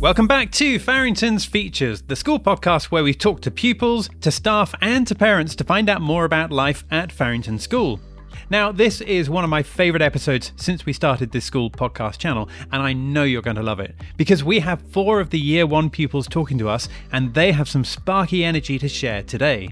Welcome back to Farrington's Features, the school podcast where we talk to pupils, to staff, and to parents to find out more about life at Farrington School. Now, this is one of my favorite episodes since we started this school podcast channel, and I know you're going to love it because we have four of the year one pupils talking to us, and they have some sparky energy to share today.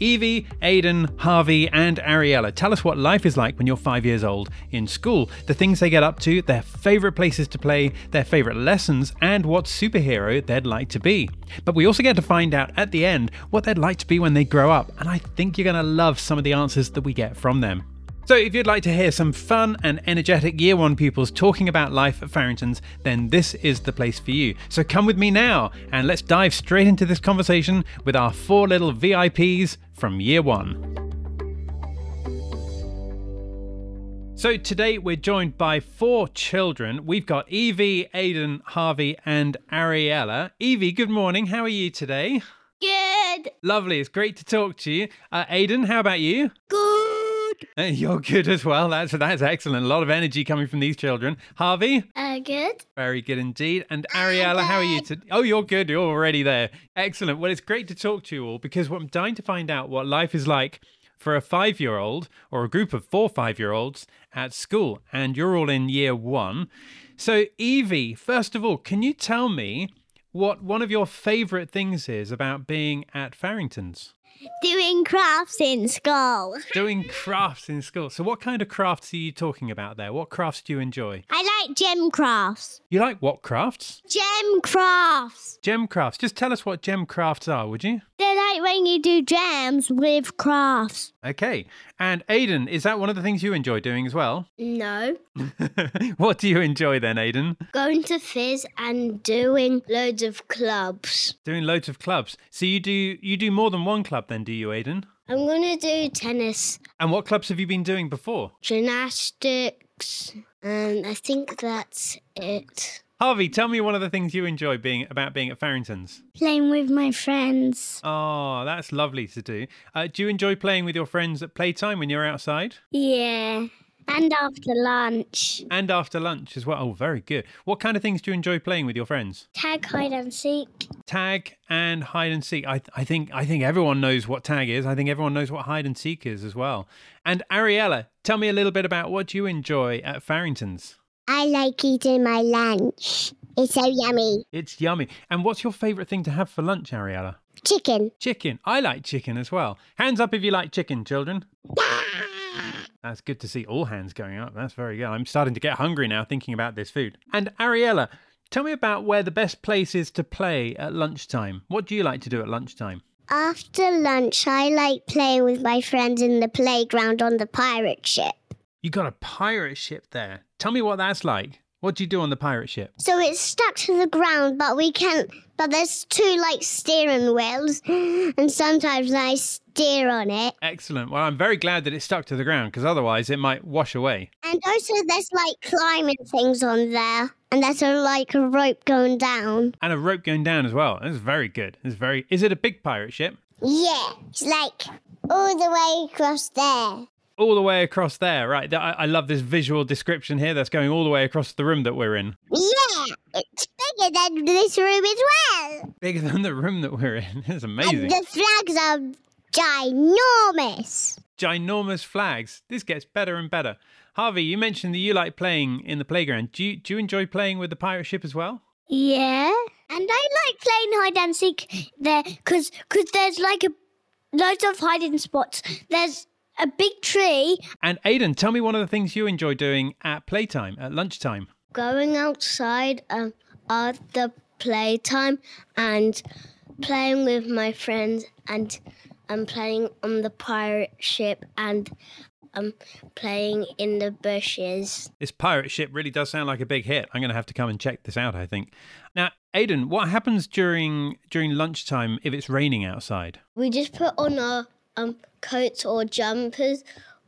Evie, Aidan, Harvey, and Ariella tell us what life is like when you're five years old in school, the things they get up to, their favourite places to play, their favourite lessons, and what superhero they'd like to be. But we also get to find out at the end what they'd like to be when they grow up, and I think you're going to love some of the answers that we get from them. So, if you'd like to hear some fun and energetic year one pupils talking about life at Farrington's, then this is the place for you. So, come with me now and let's dive straight into this conversation with our four little VIPs from year one. So, today we're joined by four children. We've got Evie, Aidan, Harvey, and Ariella. Evie, good morning. How are you today? Good. Lovely. It's great to talk to you. Uh, Aidan, how about you? Good. Uh, You're good as well. That's that's excellent. A lot of energy coming from these children. Harvey, Uh, good. very good indeed. And Ariella, how are you today? Oh, you're good. You're already there. Excellent. Well, it's great to talk to you all because I'm dying to find out what life is like for a five-year-old or a group of four five-year-olds at school, and you're all in year one. So, Evie, first of all, can you tell me what one of your favourite things is about being at Farrington's? Doing crafts in school. doing crafts in school. So, what kind of crafts are you talking about there? What crafts do you enjoy? I like gem crafts. You like what crafts? Gem crafts. Gem crafts. Just tell us what gem crafts are, would you? They're like when you do gems with crafts. Okay. And Aidan, is that one of the things you enjoy doing as well? No. what do you enjoy then, Aidan? Going to fizz and doing loads of clubs. Doing loads of clubs. So you do you do more than one club then, do you, Aidan? I'm going to do tennis, And what clubs have you been doing before? gymnastics, and I think that's it. Harvey, tell me one of the things you enjoy being about being at Farrington's. Playing with my friends. Oh, that's lovely to do. Uh, do you enjoy playing with your friends at playtime when you're outside? Yeah. And after lunch. And after lunch as well. Oh, very good. What kind of things do you enjoy playing with your friends? Tag, hide, and seek. Tag and hide and seek. I, I think I think everyone knows what tag is. I think everyone knows what hide and seek is as well. And Ariella, tell me a little bit about what you enjoy at Farrington's. I like eating my lunch. It's so yummy. It's yummy. And what's your favourite thing to have for lunch, Ariella? Chicken. Chicken. I like chicken as well. Hands up if you like chicken, children. That's good to see all hands going up. That's very good. I'm starting to get hungry now thinking about this food. And Ariella, tell me about where the best place is to play at lunchtime. What do you like to do at lunchtime? After lunch, I like playing with my friends in the playground on the pirate ship. You got a pirate ship there. Tell me what that's like. What do you do on the pirate ship? So it's stuck to the ground, but we can. But there's two like steering wheels, and sometimes I steer on it. Excellent. Well, I'm very glad that it's stuck to the ground because otherwise it might wash away. And also, there's like climbing things on there, and there's a, like a rope going down. And a rope going down as well. That's very good. It's very. Is it a big pirate ship? Yeah, it's like all the way across there. All the way across there, right? Th- I, I love this visual description here. That's going all the way across the room that we're in. Yeah, it's bigger than this room as well. Bigger than the room that we're in. It's amazing. And the flags are ginormous. ginormous flags. This gets better and better. Harvey, you mentioned that you like playing in the playground. Do you, do you enjoy playing with the pirate ship as well? Yeah. And I like playing hide and seek there because cause there's like a loads of hiding spots. There's a big tree. And Aidan, tell me one of the things you enjoy doing at playtime, at lunchtime. Going outside um, at the playtime and playing with my friends and um, playing on the pirate ship and um, playing in the bushes. This pirate ship really does sound like a big hit. I'm going to have to come and check this out, I think. Now, Aidan, what happens during during lunchtime if it's raining outside? We just put on our um, coats or jumpers,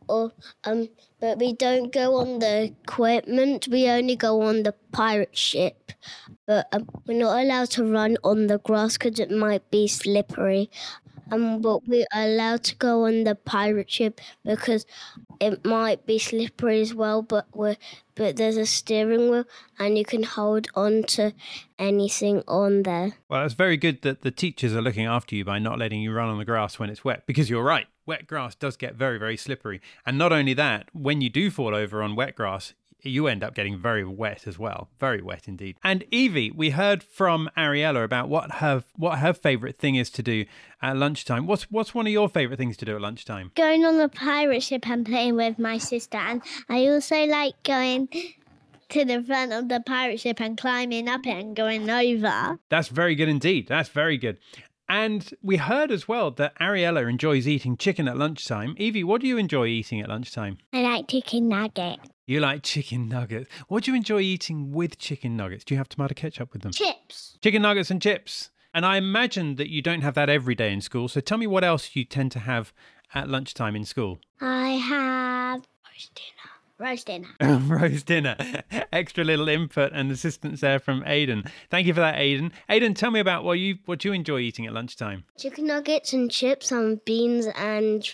or um, but we don't go on the equipment. We only go on the pirate ship. But um, we're not allowed to run on the grass because it might be slippery. Um, but we're allowed to go on the pirate ship because it might be slippery as well. But we're but there's a steering wheel and you can hold on to anything on there. Well, it's very good that the teachers are looking after you by not letting you run on the grass when it's wet, because you're right. Wet grass does get very, very slippery. And not only that, when you do fall over on wet grass, you end up getting very wet as well. Very wet indeed. And Evie, we heard from Ariella about what her what her favourite thing is to do at lunchtime. What's what's one of your favourite things to do at lunchtime? Going on the pirate ship and playing with my sister, and I also like going to the front of the pirate ship and climbing up it and going over. That's very good indeed. That's very good. And we heard as well that Ariella enjoys eating chicken at lunchtime. Evie, what do you enjoy eating at lunchtime? I like chicken nugget. You like chicken nuggets. What do you enjoy eating with chicken nuggets? Do you have tomato ketchup with them? Chips. Chicken nuggets and chips. And I imagine that you don't have that every day in school. So tell me what else you tend to have at lunchtime in school. I have roast dinner. Roast dinner. Roast dinner. Extra little input and assistance there from Aiden. Thank you for that, Aiden. Aiden, tell me about what you what you enjoy eating at lunchtime. Chicken nuggets and chips and beans and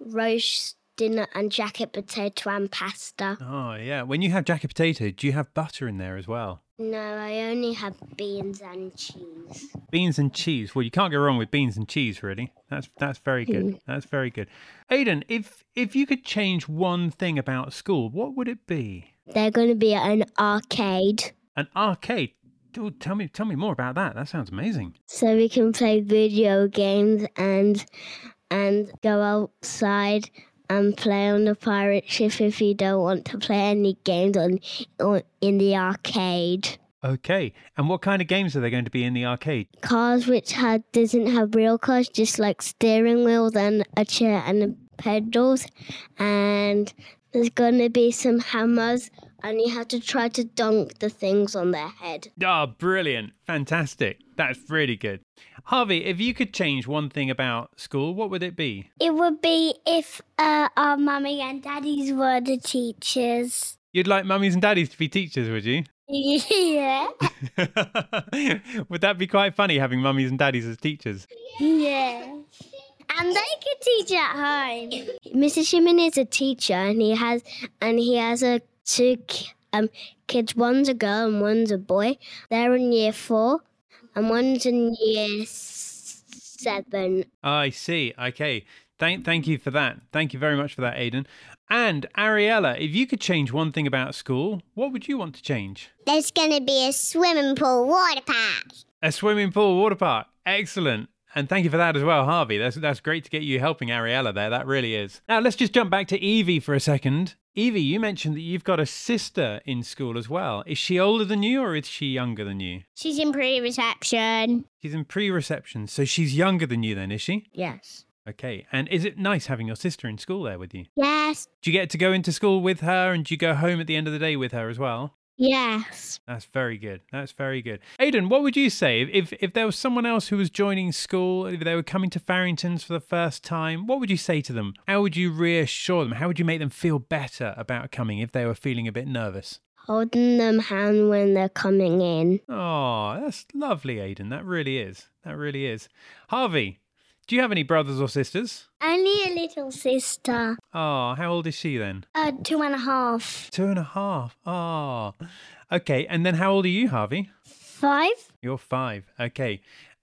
roast dinner and jacket potato and pasta. Oh yeah. When you have jacket potato, do you have butter in there as well? No, I only have beans and cheese. Beans and cheese. Well, you can't go wrong with beans and cheese, really. That's that's very good. That's very good. Aiden, if if you could change one thing about school, what would it be? They're going to be at an arcade An arcade. Dude, tell me tell me more about that. That sounds amazing. so we can play video games and and go outside and play on the pirate ship if you don't want to play any games on, on in the arcade. Okay. And what kind of games are there going to be in the arcade? Cars which had doesn't have real cars, just like steering wheels and a chair and pedals, and there's gonna be some hammers, and you have to try to dunk the things on their head. Ah, brilliant. Fantastic. That's really good. Harvey, if you could change one thing about school, what would it be? It would be if uh, our mummy and daddies were the teachers. You'd like mummies and daddies to be teachers, would you? yeah. would that be quite funny having mummies and daddies as teachers? Yeah. And they could teach at home. Mr. Shimon is a teacher, and he has and he has a two ki- um kids. One's a girl and one's a boy. They're in year four, and one's in year s- seven. I see. Okay. Thank thank you for that. Thank you very much for that, Aidan. And Ariella, if you could change one thing about school, what would you want to change? There's going to be a swimming pool water park. A swimming pool, water park. Excellent. And thank you for that as well, Harvey. That's that's great to get you helping Ariella there. That really is. Now let's just jump back to Evie for a second. Evie, you mentioned that you've got a sister in school as well. Is she older than you or is she younger than you? She's in pre reception. She's in pre-reception, so she's younger than you then, is she? Yes. Okay. And is it nice having your sister in school there with you? Yes. Do you get to go into school with her and do you go home at the end of the day with her as well? Yes. That's very good. That's very good. Aidan, what would you say if if there was someone else who was joining school, if they were coming to Farrington's for the first time, what would you say to them? How would you reassure them? How would you make them feel better about coming if they were feeling a bit nervous? Holding them hand when they're coming in. Oh, that's lovely, Aidan. That really is. That really is. Harvey, do you have any brothers or sisters? Only a little sister. Oh, how old is she then? Uh, two and a half. Two and a half. Oh. Okay, and then how old are you, Harvey? Five? You're five. Okay.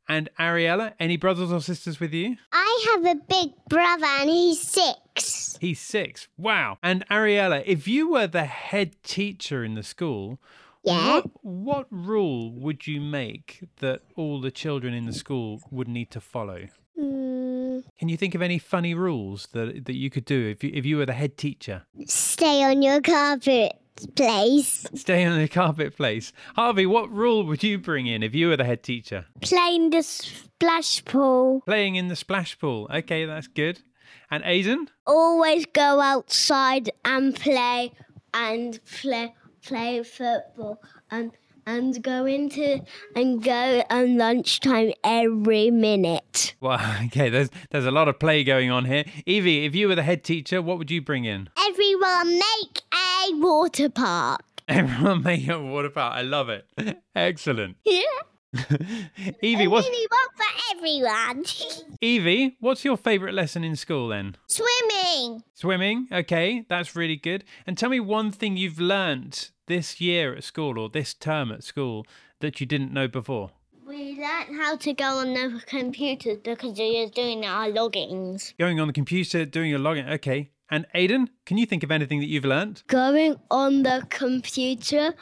And Ariella, any brothers or sisters with you? I have a big brother and he's six. He's six. Wow. And Ariella, if you were the head teacher in the school, Yeah. what, what rule would you make that all the children in the school would need to follow? Mm, Can you think of any funny rules that, that you could do if you, if you were the head teacher? stay on your carpet, please. Stay on the carpet place. Harvey, what rule would you bring in if you were the head teacher? Playing the splash pool. Playing in the splash pool. Okay, that's good. And Aidan? Always go outside and play and play play football and and go into and go on lunchtime every minute. Well, okay, there's there's a lot of play going on here. Evie, if you were the head teacher, what would you bring in? Everyone make a water park. Everyone make a water park. I love it. Excellent. Yeah. Evie, what's Really one for everyone. Evie? What's your favourite lesson in school then? Swimming. Swimming. Okay, that's really good. And tell me one thing you've learnt this year at school or this term at school that you didn't know before. We learned how to go on the computers because we were doing our logins. Going on the computer, doing your login. Okay. And Aiden, can you think of anything that you've learnt? Going on the computer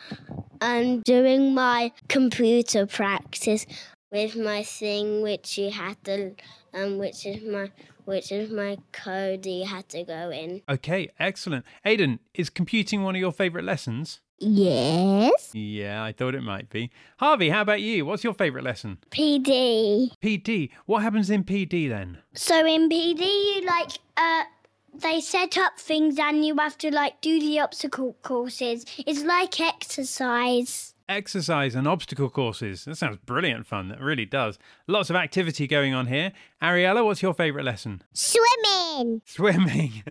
and doing my computer practice with my thing which you had to um which is my which is my code that you had to go in. Okay, excellent. Aiden, is computing one of your favourite lessons? Yes. Yeah, I thought it might be. Harvey, how about you? What's your favourite lesson? PD. PD. What happens in PD then? So in PD, you like uh, they set up things and you have to like do the obstacle courses. It's like exercise. Exercise and obstacle courses. That sounds brilliant fun. That really does. Lots of activity going on here. Ariella, what's your favourite lesson? Swimming. Swimming.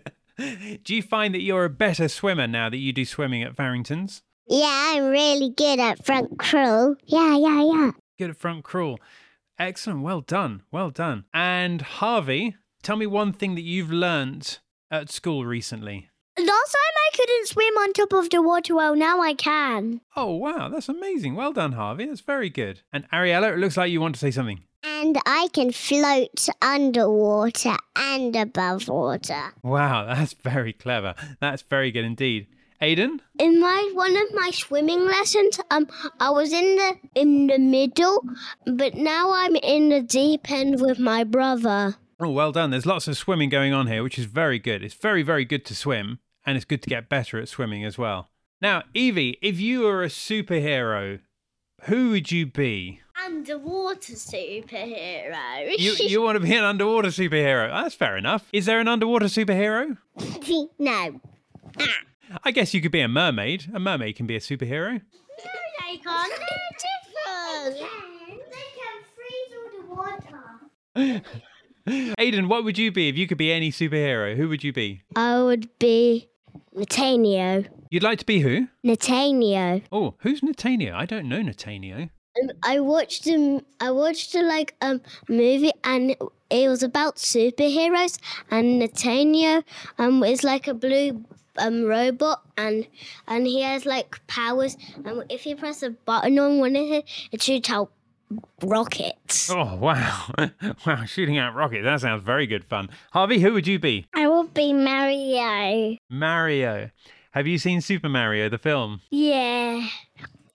do you find that you're a better swimmer now that you do swimming at Farrington's? Yeah, I'm really good at front crawl. Yeah, yeah, yeah. Good at front crawl. Excellent. Well done. Well done. And Harvey, tell me one thing that you've learnt at school recently. Last time I couldn't swim on top of the water well, now I can. Oh, wow. That's amazing. Well done, Harvey. That's very good. And Ariella, it looks like you want to say something. And I can float underwater and above water. Wow. That's very clever. That's very good indeed. Aiden? in my one of my swimming lessons um i was in the in the middle but now i'm in the deep end with my brother Oh, well done. There's lots of swimming going on here, which is very good. It's very, very good to swim, and it's good to get better at swimming as well. Now, Evie, if you were a superhero, who would you be? Underwater superhero. You, you want to be an underwater superhero. Ah, That's fair enough. Is there an underwater superhero? no. I guess you could be a mermaid. A mermaid can be a superhero. They can't. They're different. They can freeze all the water. Aiden, what would you be if you could be any superhero? Who would you be? i would be natanio You'd like to be who? natanio Oh, who's Natanio? I don't know Natanio. um, i watched um i watched a like um movie and it was about superheroes and natanio um is like a blue um robot and and he has like powers and if you press a button on one of it it shoots out rockets Oh, wow. wow, shooting out rockets. That sounds very good fun. Harvey, who would you be? I will be Mario. Mario. Have you seen Super Mario, the film? Yeah. And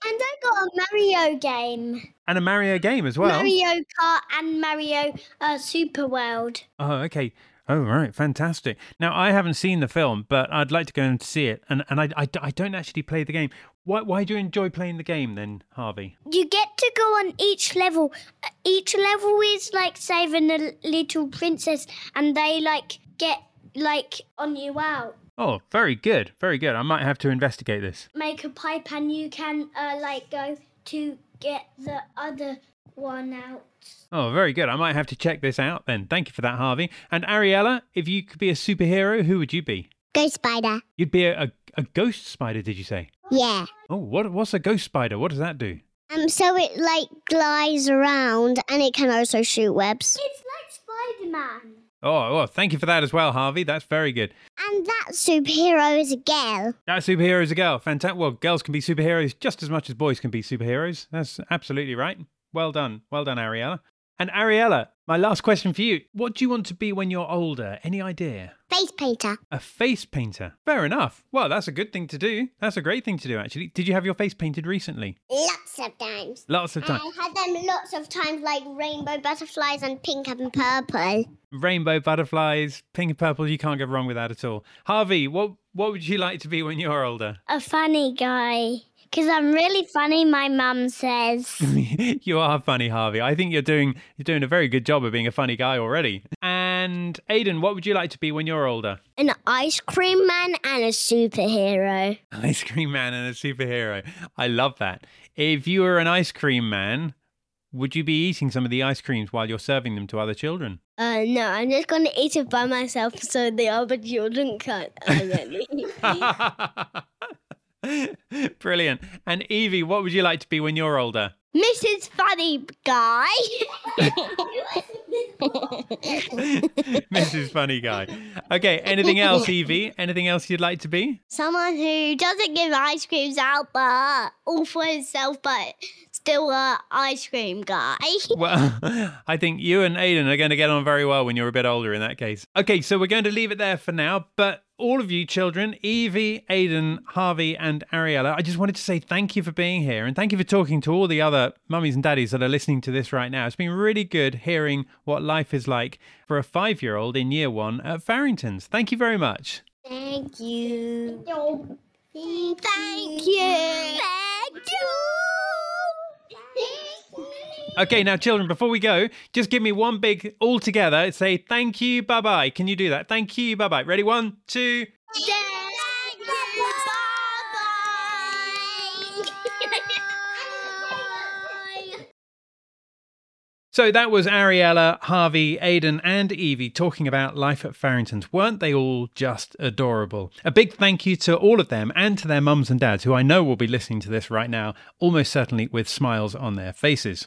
I got a Mario game. And a Mario game as well. Mario Kart and Mario uh, Super World. Oh, okay. Oh, right. Fantastic. Now, I haven't seen the film, but I'd like to go and see it. And, and I, I, I don't actually play the game. Why, why do you enjoy playing the game then, Harvey? You get to go on each level. Uh, Each level is like saving a l- little princess, and they like get like on you out. Oh, very good. Very good. I might have to investigate this. Make a pipe, and you can uh, like go to get the other one out. Oh, very good. I might have to check this out then. Thank you for that, Harvey. And Ariella, if you could be a superhero, who would you be? Go spider. You'd be a, a, a ghost spider, did you say? Yeah. Oh, what, what's a ghost spider? What does that do? Um. So it like glides around, and it can also shoot webs. It's like Spider Man. Oh, well, thank you for that as well, Harvey. That's very good. And that superhero is a girl. That superhero is a girl. Fantastic. Well, girls can be superheroes just as much as boys can be superheroes. That's absolutely right. Well done. Well done, Ariella. And Ariella, my last question for you. What do you want to be when you're older? Any idea? Face painter. A face painter. Fair enough. Well, that's a good thing to do. That's a great thing to do, actually. Did you have your face painted recently? Lots of times. Lots of time. I had them lots of times, like rainbow butterflies and pink and purple. Rainbow butterflies, pink and purple. You can't go wrong with that at all. Harvey, what what would you like to be when you're older? A funny guy. Because I'm really funny, my mum says. you are funny, Harvey. I think you're doing you're doing a very good job of being a funny guy already. And Aiden, what would you like to be when you're older? an ice cream man and a superhero. Ice cream man and a superhero. I love that. If you were an ice cream man, would you be eating some of the ice creams while you're serving them to other children? Uh, no, I'm just gonna eat it by myself so the other children can't. have any. Brilliant. And Evie, what would you like to be when you're older? Mrs. Funny Guy. Mrs. Funny Guy. Okay, anything else, Evie? Anything else you'd like to be? Someone who doesn't give ice creams out, but all for himself, but still a ice cream guy. Well, I think you and Aiden are going to get on very well when you're a bit older in that case. Okay, so we're going to leave it there for now. But all of you children, Evie, Aiden, Harvey, and Ariella, I just wanted to say thank you for being here and thank you for talking to all the other mummies and daddies that are listening to this right now. It's been really good hearing what life is like for a five year old in year one at Farrington's. Thank you very much. Thank you. Thank you. Thank you. Okay, now, children, before we go, just give me one big all together say thank you, bye bye. Can you do that? Thank you, bye bye. Ready? One, two, So that was Ariella, Harvey, Aidan, and Evie talking about life at Farrington's. Weren't they all just adorable? A big thank you to all of them and to their mums and dads, who I know will be listening to this right now, almost certainly with smiles on their faces.